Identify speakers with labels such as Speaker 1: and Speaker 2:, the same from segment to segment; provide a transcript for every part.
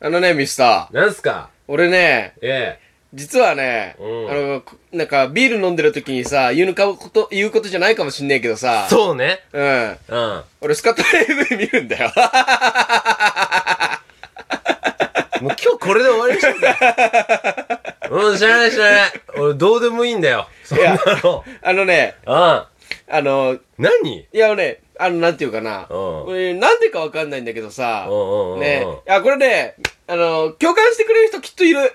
Speaker 1: あのね、ミスター。
Speaker 2: なんすか
Speaker 1: 俺ね、
Speaker 2: え
Speaker 1: 実はね、
Speaker 2: うん
Speaker 1: あの、こなんか、ビール飲んでる時にさ、言うのかこと、言うことじゃないかもしんねえけど
Speaker 2: え
Speaker 1: さ。う。
Speaker 2: そうね。
Speaker 1: うん。
Speaker 2: うん。
Speaker 1: 俺、スカットレイブ見るんだよ。
Speaker 2: もう今日これで終わりにしようぜ。 うん、知らない知らない。俺どうでもいいんだよ。そんなの。
Speaker 1: あのね、
Speaker 2: うん。
Speaker 1: あの、
Speaker 2: 何
Speaker 1: いやね、あの、なんていうかな。
Speaker 2: うん
Speaker 1: これ、なんでかわかんないんだけどさ。
Speaker 2: うんうんうんうん
Speaker 1: ね。いや、これね、あの、共感してくれる人きっといる。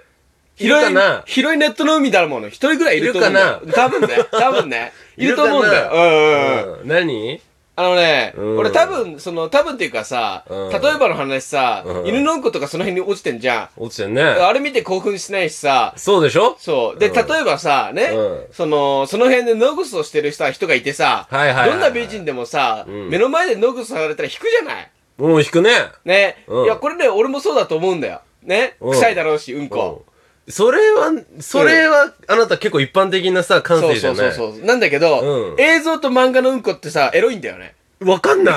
Speaker 2: いるかな
Speaker 1: 広い広いネットの海だもの。一人ぐらいいると思うんだよ
Speaker 2: いる
Speaker 1: 多分ね。多分ね。い
Speaker 2: い
Speaker 1: る
Speaker 2: る
Speaker 1: と
Speaker 2: かな
Speaker 1: 思うんだよ。うんうんうん。
Speaker 2: うん。何
Speaker 1: あのね、
Speaker 2: うん
Speaker 1: 俺多分、その、多分っていうかさ、
Speaker 2: うん
Speaker 1: 例えばの話さ、
Speaker 2: うん
Speaker 1: 犬のうんことかその辺に落ちてんじゃん。
Speaker 2: 落ちてんね。
Speaker 1: あれ見て興奮しないしさ、
Speaker 2: そうでしょ
Speaker 1: そう。で、
Speaker 2: うん
Speaker 1: 例えばさ、ね、
Speaker 2: うん
Speaker 1: その、その辺でノーグスをしてる人は人がいてさ、
Speaker 2: はいはいはいはい
Speaker 1: どんな美人でもさ、
Speaker 2: うん
Speaker 1: 目の前でノーグスされたら引くじゃない
Speaker 2: もう引くね。
Speaker 1: ね、
Speaker 2: うん
Speaker 1: いや、これね、俺もそうだと思うんだよ。ね、
Speaker 2: うん
Speaker 1: 臭いだろうし、うんこ。
Speaker 2: うんそれは、それは、あなた結構一般的なさ、感
Speaker 1: そう
Speaker 2: 性じ
Speaker 1: そ
Speaker 2: ゃ
Speaker 1: うそ
Speaker 2: な
Speaker 1: う
Speaker 2: い
Speaker 1: そう。なんだけど、
Speaker 2: うん
Speaker 1: 映像と漫画のうんこってさ、エロいんだよね。
Speaker 2: わかんない。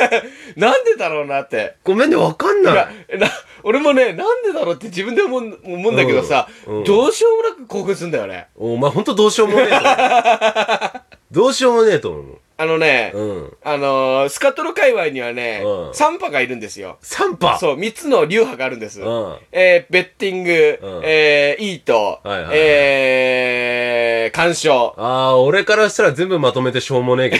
Speaker 1: なんでだろうなって。
Speaker 2: ごめんね、わかん
Speaker 1: い
Speaker 2: な
Speaker 1: や
Speaker 2: い。
Speaker 1: な俺もね、なんでだろうって自分で思うん思うんだけどさ、
Speaker 2: うんうん
Speaker 1: どうしようもなく興奮するんだよね。
Speaker 2: お前ほんとどうしようもねえと思うどうしようもねえと思
Speaker 1: あのね、
Speaker 2: う。うん。
Speaker 1: あのー、スカトロ界隈にはね、
Speaker 2: うん
Speaker 1: 3派がいるんですよ。
Speaker 2: 3波
Speaker 1: そう、3つの流派があるんです。
Speaker 2: うん。
Speaker 1: えー、ベッティング、
Speaker 2: うん
Speaker 1: えー、イート、
Speaker 2: はいはいはい
Speaker 1: えー、鑑賞。
Speaker 2: ああ、俺からしたら全部まとめてしょうもねえけ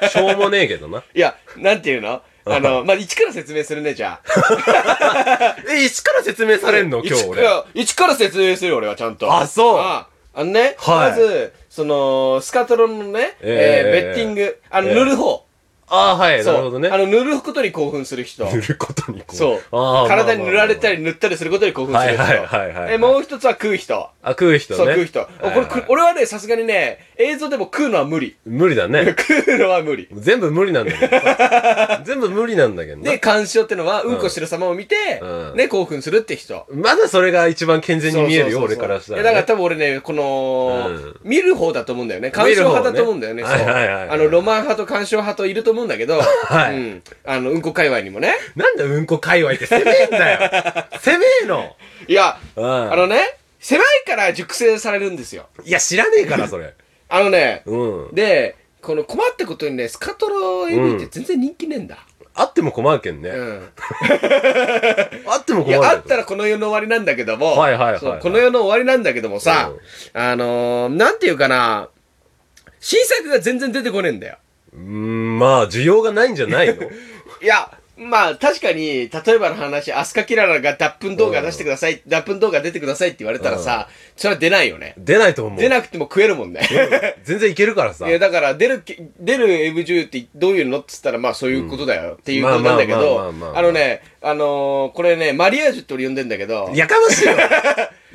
Speaker 2: ど。しょうもねえけどな。
Speaker 1: いや、なんていうのあの、まあ、一から説明するね、じゃあ。
Speaker 2: え、一から説明されんの今日
Speaker 1: 一い
Speaker 2: 俺。
Speaker 1: や一から説明するよ、俺は、ちゃんと。
Speaker 2: あそう
Speaker 1: ああのね、
Speaker 2: はい
Speaker 1: まず、その、スカトロのね、えーベ
Speaker 2: ええ
Speaker 1: ッティング、あの、
Speaker 2: ええ
Speaker 1: 塗る方。
Speaker 2: ああ、はい、
Speaker 1: そう
Speaker 2: なるほどね。
Speaker 1: あの、塗ることに興奮する人。
Speaker 2: 塗ることにこう。
Speaker 1: そう。
Speaker 2: あー
Speaker 1: 体に塗られた
Speaker 2: り。
Speaker 1: り塗ったりすることに興奮する人。
Speaker 2: はいはいはいはいはい
Speaker 1: え、もう一つは食う人。
Speaker 2: あ、食う人
Speaker 1: そ
Speaker 2: ね。
Speaker 1: う、食う人。
Speaker 2: はい
Speaker 1: これ、く俺はね、さすがにね、映像でも食うのは無理。
Speaker 2: 無理だね。
Speaker 1: 食うのは無理。
Speaker 2: 全部無理なんだけ ど。全部無理なんだけどな
Speaker 1: で、鑑賞ってのは、うんこしてる様を見て、
Speaker 2: うん
Speaker 1: ね、興奮するって人。
Speaker 2: まだそれが一番健全に見えるよ、
Speaker 1: そうそうそ
Speaker 2: 俺
Speaker 1: うそう
Speaker 2: からしたら
Speaker 1: いや、だから
Speaker 2: ね。
Speaker 1: 多分俺ね、この、見る方だと思うんだよね。鑑
Speaker 2: 見
Speaker 1: 賞
Speaker 2: る方ね
Speaker 1: 派だと思うんだよね。そう
Speaker 2: はいはいはいはい
Speaker 1: あの、ロマン派と鑑賞派といると思うんだけど、
Speaker 2: はい
Speaker 1: うん。あの、うんこ界隈にもね。
Speaker 2: なんでうんこ界隈って攻めえん だよ。攻めえの。
Speaker 1: いや、
Speaker 2: うん
Speaker 1: あのね、狭いから熟成されるんですよ。
Speaker 2: いや、知らねえから、それ。
Speaker 1: あのね、
Speaker 2: うん。
Speaker 1: で、この困ったことにね、スカトロ AV って全然人気ねえんだ。
Speaker 2: あっても困るけん
Speaker 1: う
Speaker 2: ね。
Speaker 1: ん。
Speaker 2: あっても
Speaker 1: い
Speaker 2: 困るけど。
Speaker 1: や、あったらこの世の終わりなんだけども、
Speaker 2: はいはいはいはい
Speaker 1: そうこの世の終わりなんだけどもさ、あのー、なんていうかな、新作が全然出てこねえんだよ。
Speaker 2: うーん、まあ、需要がないんじゃない の
Speaker 1: いや、まあ確かに、例えばの話、アスカキララが脱粉動画出してください、脱粉動画出てくださいって言われたらさ、それは出ないよね。
Speaker 2: 出ないと思う。
Speaker 1: 出なくても食えるも んね。
Speaker 2: 全然いけるからさ
Speaker 1: い。やだから出るけ出る AV 女優ってどういうのっつったらまあそういうことだよっていうことなんだけ
Speaker 2: ま
Speaker 1: ど
Speaker 2: あまあまあまあまあ
Speaker 1: あのねあのーこれねマリアージュって俺呼んでんだけど
Speaker 2: やかま しいわ。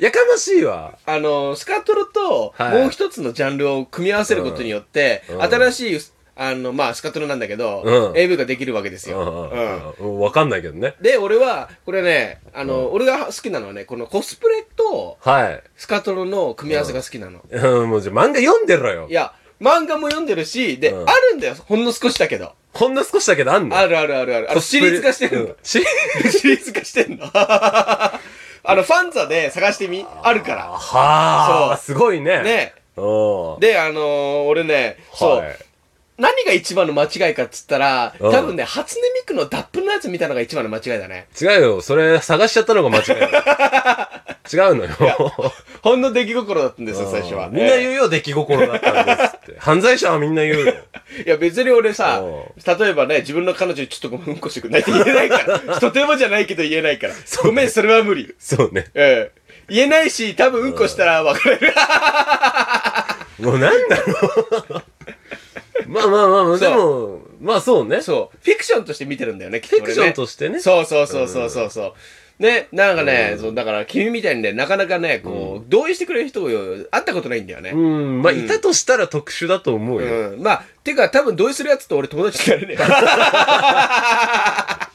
Speaker 2: やかましいわ。
Speaker 1: あのースカトロと
Speaker 2: はい
Speaker 1: もう一つのジャンルを組み合わせることによって、
Speaker 2: うん
Speaker 1: 新しいあのまあスカトロなんだけど、
Speaker 2: うん
Speaker 1: AV ができるわけです
Speaker 2: う
Speaker 1: よ。う
Speaker 2: ん
Speaker 1: ん
Speaker 2: うんうん。わかんないけどね。
Speaker 1: で俺はこれねあのー、俺が好きなのはねこのコスプレと
Speaker 2: はい。
Speaker 1: スカトロの組み合わせが好きなの。
Speaker 2: うん、もうじゃあ漫画読んでろよ
Speaker 1: い。や漫画も読んでるしで、
Speaker 2: うん
Speaker 1: あるんだよほんの少しだけど。
Speaker 2: ほんの少しだけどあんの
Speaker 1: あるあるあるある。あのシリーズ化してるんだ。
Speaker 2: シリー
Speaker 1: シリーズ 化してんのあの、ファンザで探してみあるか
Speaker 2: はあ、
Speaker 1: そ
Speaker 2: すごいね。
Speaker 1: ら。。ね。
Speaker 2: お
Speaker 1: で、あのー俺ね、そう、何が一番の間違いかっつったら、
Speaker 2: うん
Speaker 1: 多分ね、初音ミクの脱粉のやつ見たのが一番の間違いだね。
Speaker 2: 違うよ。それ探しちゃったのが間違いだ よ。違うのよ。
Speaker 1: ほんの出来心だったんですよ、最初は。
Speaker 2: みんな
Speaker 1: う。
Speaker 2: 言うよ、出来心だったんですって。犯罪者はみんな言うよ。
Speaker 1: いや、別に俺さ
Speaker 2: う、
Speaker 1: 例えばね、自分の彼女にちょっとごめん、うんこしてくんないって言えないから。とてもじゃないけど言えないから。ごめん、 それは無理。
Speaker 2: そうね。
Speaker 1: うん。言えないし、多分うんこしたら別れる。
Speaker 2: もうなんだろう。 まあまあまあまあ、でも、まあそうね。
Speaker 1: そう。フィクションとして見てるんだよね、きっと
Speaker 2: フィ
Speaker 1: 俺ね
Speaker 2: クションとしてね。
Speaker 1: そうそうそうそうそうそう。ね、なんかね、そうだから君みたいにね、なかなかね、こう、同意してくれる人を会ったことないんだよね。
Speaker 2: うん、まあ、いたとしたら特殊だと思うよ。
Speaker 1: うん。まあ、てか多分同意するやつと俺友達になれねえ。あ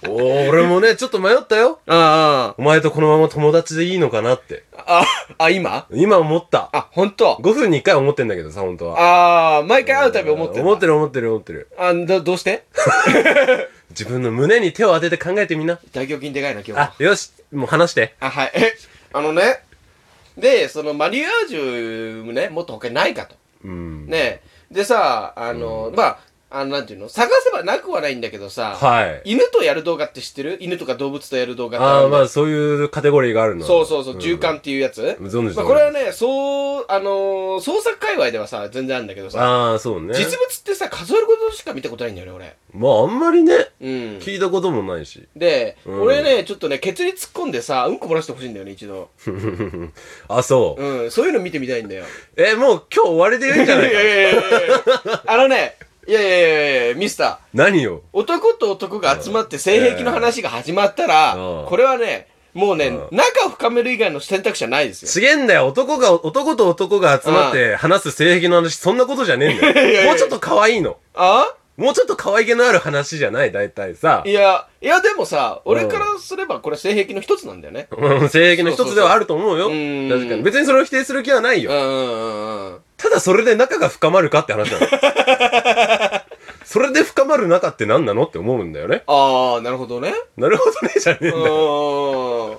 Speaker 2: おー俺もね、ちょっと迷ったよ。
Speaker 1: あ、
Speaker 2: お前とこのまま友達でいいのかなって。
Speaker 1: あ、あ、今
Speaker 2: 今思った。
Speaker 1: あ、本当。
Speaker 2: 5分に1回思ってんだけどさ、本当は。
Speaker 1: ああ、毎回会うたび思ってる。
Speaker 2: 思ってる思ってる思ってる。
Speaker 1: あど、どうして
Speaker 2: 自分の胸に手を当てて考えてみな。
Speaker 1: 大胸筋でかいな、今日
Speaker 2: あ
Speaker 1: は、。
Speaker 2: よし、もう話して。
Speaker 1: あ、はい。え、あのね、で、そのマリアージュね、もっと他にないかと。
Speaker 2: うん。
Speaker 1: ねでさ、あの、まあ、あの、なんていうの探せばなくはないんだけどさ、
Speaker 2: はい。
Speaker 1: 犬とやる動画って知ってる犬とか動物とやる動画って
Speaker 2: ああ、ま
Speaker 1: あ
Speaker 2: あそういうカテゴリーがある
Speaker 1: る
Speaker 2: の。
Speaker 1: そうそうそう、
Speaker 2: ん
Speaker 1: 中間っていうやつ。
Speaker 2: 存じてる
Speaker 1: まあ、これはね、そう、あのー創作界隈ではさ、全然あるんだけどさ、
Speaker 2: ああ、そうね。
Speaker 1: 実物ってさ、数えることしか見たことないんだよね、
Speaker 2: まああんまりね、
Speaker 1: 俺。うん。
Speaker 2: 聞いたこともないし。
Speaker 1: で、
Speaker 2: うん
Speaker 1: 俺ね、ちょっとね、ケツに突っ込んでさ、うんこ漏らしてほしいんだよね、一度。
Speaker 2: あ、そう。
Speaker 1: うん、そういうの見てみたいんだよ。
Speaker 2: え、もう今日終わりでいいんじゃない
Speaker 1: い
Speaker 2: か
Speaker 1: やいやいやいやいやあのね、いやいやいやいやミスター。
Speaker 2: 何よ。
Speaker 1: 男と男が集まって性癖の話が始まったら、
Speaker 2: うん
Speaker 1: これはね、もうね、
Speaker 2: うん
Speaker 1: 仲を深める以外の選択肢はないですよ。
Speaker 2: すげえんだよ。男が、男と男が集まって話す性癖の話、そんなことじゃねえん
Speaker 1: いやい
Speaker 2: だ
Speaker 1: やい
Speaker 2: よ。
Speaker 1: や
Speaker 2: もうちょっと可愛いの。
Speaker 1: あ
Speaker 2: もうちょっと可愛げのある話じゃない、大体さ
Speaker 1: い。や、いやでもさ、
Speaker 2: ん
Speaker 1: 俺からすればこれ性癖の一つなんだよね。
Speaker 2: うん性癖の一つではあると思うよ。
Speaker 1: そうそうそううん
Speaker 2: 確かに。別にそれを否定する気はないうよ。
Speaker 1: んうんうんうん。
Speaker 2: ただそれで仲が深まるかって話なの。 それで深まる仲って何なのって思うんだよね。
Speaker 1: ああ、なるほど ね。
Speaker 2: なるほどね、じゃねえ
Speaker 1: うん
Speaker 2: だよ。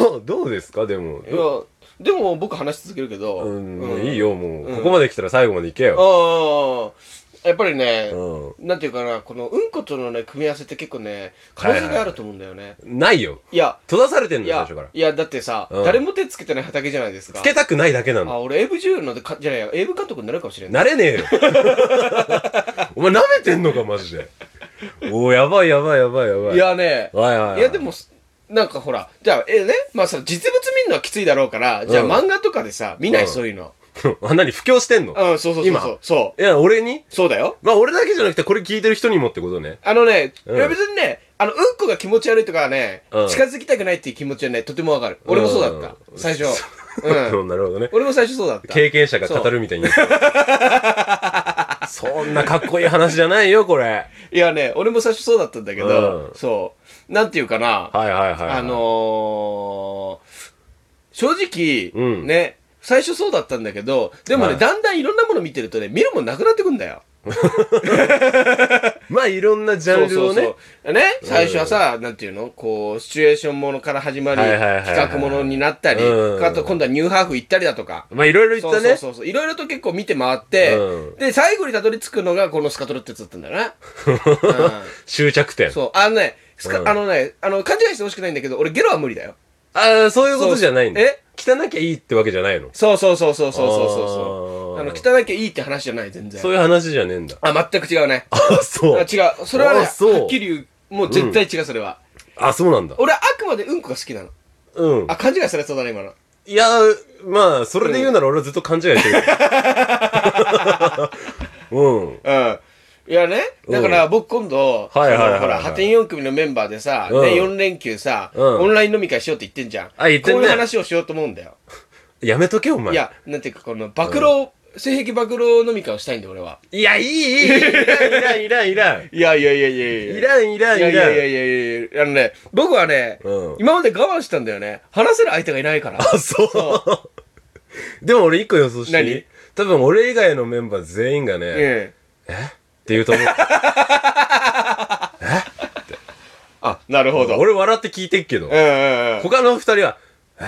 Speaker 2: どう、どうですか、でも。
Speaker 1: いや、でも僕話し続けるけど。
Speaker 2: うん、もういい。よ、もう。
Speaker 1: うん
Speaker 2: ここまで来たら最後まで行けよ。
Speaker 1: ああ、やっぱりね、
Speaker 2: う
Speaker 1: なんていうかな、このうんことのね、組み合わせって結構ね、可能性があると思うんだよね。い
Speaker 2: ん。ないよ。
Speaker 1: や、
Speaker 2: 閉ざされてんの
Speaker 1: い
Speaker 2: よ、最
Speaker 1: や
Speaker 2: 初から、。
Speaker 1: いや、だってさ、
Speaker 2: うん
Speaker 1: 誰も手つけてない畑じゃないですか。
Speaker 2: つけたくないだけなの。
Speaker 1: あ、俺、エブ女優のか、じゃないや、エブ監督になるかもしれない。
Speaker 2: なれね えよ。お前舐めてんのか、マジで。おお、やばいやばいやばいやばい。
Speaker 1: い、やね、
Speaker 2: はいはいはい
Speaker 1: やで、も、なんかほら、じゃあ、えね、まあさ、実物見るのはきついだろうから、じゃあ
Speaker 2: うん
Speaker 1: 漫画とかでさ、見な
Speaker 2: う
Speaker 1: い、
Speaker 2: ん
Speaker 1: そういうの。
Speaker 2: あ、何、布教してんの
Speaker 1: うん、そうそうそう
Speaker 2: 今
Speaker 1: そう。そ
Speaker 2: いや、俺に
Speaker 1: う。そうだよ。
Speaker 2: まあ、俺だけじゃなくて、これ聞いてる人にもってことね。
Speaker 1: あのね、
Speaker 2: うん
Speaker 1: いや別にね、あの、うんこが気持ち悪いとかはね、
Speaker 2: うん
Speaker 1: 近づきたくないっていう気持ちはね、とてもわかる。俺もそうだった。
Speaker 2: うん
Speaker 1: 最初。
Speaker 2: う、
Speaker 1: うんん。
Speaker 2: なるほどね。
Speaker 1: 俺も最初そうだった。
Speaker 2: 経験者が語るみたいに言うから。そんなかっこいい話じゃないよ、これ。
Speaker 1: いやね、俺も最初そうだったんだけど、
Speaker 2: うん
Speaker 1: そう。なんていうかな、
Speaker 2: はいはいはいはい。
Speaker 1: あのー、正直、
Speaker 2: うん
Speaker 1: ね、最初そうだったんだけど、でもね、
Speaker 2: はい
Speaker 1: だんだんいろんなもの見てるとね、見るもんなくなってくんだよ。
Speaker 2: まあ、いろんなジャンルをね。
Speaker 1: そうそうね、最初はさ、なんていうのこう、シチュエーションものから始まり、
Speaker 2: はいはいはいはい
Speaker 1: 企画ものになったり、
Speaker 2: うん
Speaker 1: あと今度はニューハーフ行ったりだとか。
Speaker 2: まあ、いろいろ言
Speaker 1: そ
Speaker 2: っ
Speaker 1: う
Speaker 2: たね。
Speaker 1: そうそうそう。いろいろと結構見て回って、
Speaker 2: うん
Speaker 1: で、最後にたどり着くのがこのスカトロってやつだったんだよ ね。う
Speaker 2: 終着点
Speaker 1: ん、。 そう。あのね、スカ
Speaker 2: うん
Speaker 1: あのね、あの、勘違いしてほしくないんだけど、俺ゲロは無理だよ。
Speaker 2: ああ、そういうことじゃないんだ。
Speaker 1: え
Speaker 2: 汚きゃいいってわけじゃないの。
Speaker 1: そうそうそうそうそうそうそう。
Speaker 2: あー
Speaker 1: あの、汚きゃいいって話じゃない、全然。
Speaker 2: そういう話じゃねえんだ。
Speaker 1: あ、全く違うね。
Speaker 2: あ
Speaker 1: あ
Speaker 2: そう。
Speaker 1: 違う。それはね、
Speaker 2: あそう
Speaker 1: はっきり言う。もう絶対違う、それは。
Speaker 2: あ、そうなんだ。
Speaker 1: 俺はあくまでうんこが好きなの。
Speaker 2: うん。
Speaker 1: あ、勘違いされそうだね、今の。
Speaker 2: いや、まあ、それで言うなら俺はずっと勘違いしてる。うん。
Speaker 1: うん。いやね、だから僕今度、
Speaker 2: はいはいはいはい
Speaker 1: そのほら、破天4組のメンバーでさ、ね、
Speaker 2: うん
Speaker 1: 4連休さ、
Speaker 2: うん
Speaker 1: オンライン飲み会しようって言ってんじゃん。
Speaker 2: あ言って
Speaker 1: こ
Speaker 2: んね
Speaker 1: ういう話をしようと思うんだよ。
Speaker 2: やめとけ、お前。
Speaker 1: いや、なんていうか、この、暴露、性癖暴露飲み会をしたいんだよ、俺は。
Speaker 2: いや、いい、いい、いらん、いらん、いらん。
Speaker 1: いやいやいやいやい
Speaker 2: いらん、いらん、いらん。
Speaker 1: いやいやいやいやいやいやあのね、僕はね、
Speaker 2: うん
Speaker 1: 今まで我慢したんだよね。話せる相手がいないから。
Speaker 2: あ、そう。でも俺一個予想していい
Speaker 1: 何
Speaker 2: 多分俺以外のメンバー全員がね、っ
Speaker 1: ええ。
Speaker 2: て言うと思う。
Speaker 1: あ、なるほど。
Speaker 2: 俺笑って聞いてっけど
Speaker 1: うん、うんうん。
Speaker 2: 他の二人は、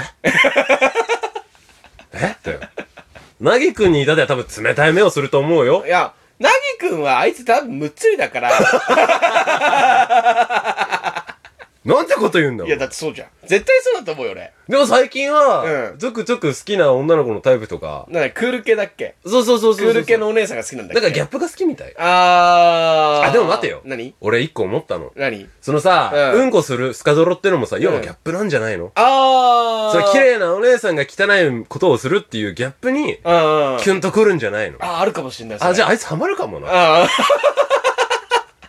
Speaker 2: ええって。なぎくんに至っては多分冷たい目をすると思うよ
Speaker 1: い。や、なぎくんはあいつ多分むっつりだ から、い
Speaker 2: なんてこと言うんだ
Speaker 1: やだってそうじゃん。絶対そうだと思うよ俺。
Speaker 2: でも最近
Speaker 1: う
Speaker 2: は、
Speaker 1: ん
Speaker 2: ちょくちょく好きな女の子のタイプとか、
Speaker 1: なんだクール系だっけ
Speaker 2: そうそうそう
Speaker 1: ク
Speaker 2: そう
Speaker 1: ール系のお姉さんが好きなんだっ
Speaker 2: だ
Speaker 1: け
Speaker 2: からギャップが好きみたい。
Speaker 1: あー。
Speaker 2: あ、でも待てよ。
Speaker 1: 何
Speaker 2: 俺一個思ったの。
Speaker 1: 何
Speaker 2: そのさ、
Speaker 1: うん
Speaker 2: うんこするスカドロってのもさ、要は
Speaker 1: うん
Speaker 2: ギャップなんじゃないの
Speaker 1: あー。
Speaker 2: それ綺麗なお姉さんが汚いことをするっていうギャップに、
Speaker 1: うんうん。
Speaker 2: キュンとくるんじゃないの
Speaker 1: あ、あるかもしれない。
Speaker 2: あ、じゃ
Speaker 1: あ。
Speaker 2: ああいつハマるかもな。
Speaker 1: あ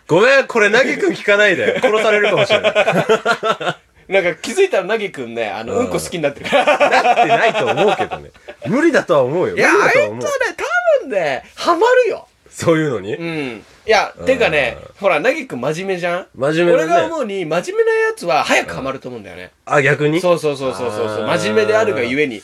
Speaker 2: ごめん、これ、なぎくん聞かな いで。殺されるかもしれない。なっ
Speaker 1: ーなんか気づいたらなぎくんね、あの、
Speaker 2: う
Speaker 1: うんんこ好きになってるから。
Speaker 2: てないと思うけどね。無理だとは思うよ。無
Speaker 1: い
Speaker 2: 理
Speaker 1: や、あ
Speaker 2: だ
Speaker 1: い
Speaker 2: と
Speaker 1: つ
Speaker 2: は
Speaker 1: は
Speaker 2: 思
Speaker 1: ね
Speaker 2: う。、
Speaker 1: 多分ね、ハマるよ。
Speaker 2: そういうのに、
Speaker 1: うん。いや、てかね、ほら、なぎくん真面目じゃん
Speaker 2: 真面目だね
Speaker 1: 俺が思うに、真面目なやつは早くハマると思うんだよね。
Speaker 2: あ、逆に
Speaker 1: そうそうそうそうそうそう。
Speaker 2: あー
Speaker 1: 真面目であるがゆえに。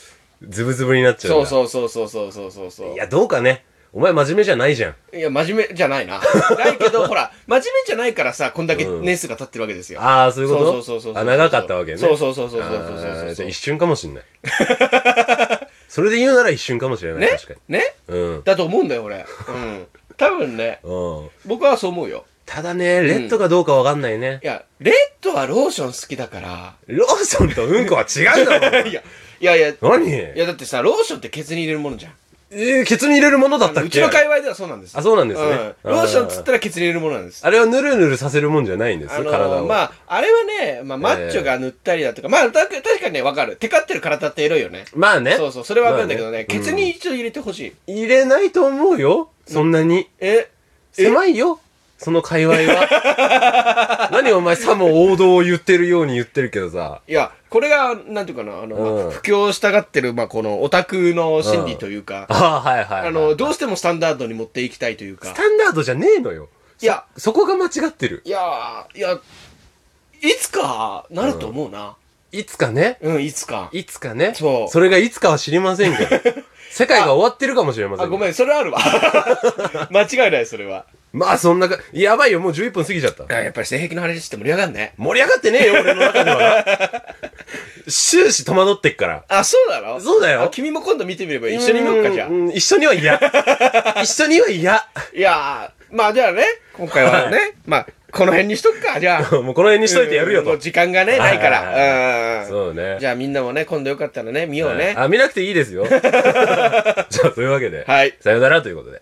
Speaker 2: ズブズブになっちゃう
Speaker 1: そ
Speaker 2: ん
Speaker 1: うそ
Speaker 2: だ
Speaker 1: うそうそうそうそうそうそう。
Speaker 2: いや、どうかね。お前真面目じゃないじゃん。
Speaker 1: いや、真面目じゃない な。ないけど、ほら、真面目じゃないからさ、こんだけ
Speaker 2: うん
Speaker 1: 年数が経ってるわけですよ。
Speaker 2: ああ、そういうこと
Speaker 1: そうそうそうそうそう
Speaker 2: あ、長かったわけね。
Speaker 1: そうそうそうそうそうそうそう
Speaker 2: あーじゃあ一
Speaker 1: ね
Speaker 2: 瞬かもしんない。 それで言うなら一瞬かもしれない。確かに。
Speaker 1: ね
Speaker 2: うん。
Speaker 1: だと思うんだよ、俺。うん。多分ね、
Speaker 2: うん。
Speaker 1: 僕はそう思うよ。
Speaker 2: ただね、レッドかどうかわかんないね
Speaker 1: い。や、レッドはローション好きだから。
Speaker 2: ローソンとうんこは違うだろ。お 前
Speaker 1: いや、いやいや、い
Speaker 2: 何
Speaker 1: やだってさ、ローションってケツに入れるものじゃん。
Speaker 2: えー、ケツに入れるものだったっけ
Speaker 1: うちの界隈ではそうなんです。
Speaker 2: あ、そうなんですね。
Speaker 1: うんローションっつったらケツに入れるものなんです。
Speaker 2: あれはぬるぬるさせるもんじゃないんです
Speaker 1: あ
Speaker 2: よ、
Speaker 1: の
Speaker 2: 体
Speaker 1: ー、
Speaker 2: を。
Speaker 1: まあ、あれはね、まあ、マッチョが塗ったりだとか、まあ、た確かにね、わかる。テカってる体ってエロいよね。
Speaker 2: まあね。
Speaker 1: そうそう、それはわかるんだけどね、
Speaker 2: まあ
Speaker 1: ケツに一度入れてほしい。
Speaker 2: うん入れないと思うよ。そんなに。
Speaker 1: え
Speaker 2: 狭いよ。その界隈は。 何お前さも王道を言ってるように言ってるけどさ。
Speaker 1: いや、これが、なんていうかな、あの、まあ
Speaker 2: うん
Speaker 1: 布教を従ってる、まあ、このオタクの心理というか、
Speaker 2: ああ、はいはい、はい。
Speaker 1: あの、どうしてもスタンダードに持っていきたいというか
Speaker 2: ス。タンダードじゃねえのよ。
Speaker 1: いや、
Speaker 2: そこが間違ってる。
Speaker 1: いやー、いや、いつかなると思うな。
Speaker 2: いつかね。
Speaker 1: うん、いつか。
Speaker 2: いつかね。
Speaker 1: そう
Speaker 2: それがいつかは知りませんけど。 世界が終わってるかもしれません。
Speaker 1: あ、ごめん、それあ るわ。間違いない、それは。
Speaker 2: まあそんなか、やばいよ、もう11分過ぎちゃった。
Speaker 1: やっぱり性癖の話して盛り上がんね。
Speaker 2: 盛り上がってねえよ、俺の中 ではな。終始戸惑ってっから。
Speaker 1: あ、そうだろ
Speaker 2: そうだよ
Speaker 1: あ君も今度見てみれば一緒に見ようか、じゃあ。
Speaker 2: うん一緒には 嫌。一緒には嫌。
Speaker 1: いやー、まあじゃあね、今回はね、 まあ、この辺にしとくか、じゃあ。
Speaker 2: もうこの辺にしといてやるよ
Speaker 1: うんも
Speaker 2: と
Speaker 1: う。時間がね、ないか
Speaker 2: はいはい
Speaker 1: ら。うん。
Speaker 2: そうね。
Speaker 1: じゃあみんなもね、今度よかったらね、見よう
Speaker 2: はい
Speaker 1: ね。
Speaker 2: あ、見なくていいですよ。じゃあ、というわけで。
Speaker 1: はい。
Speaker 2: さよならということで。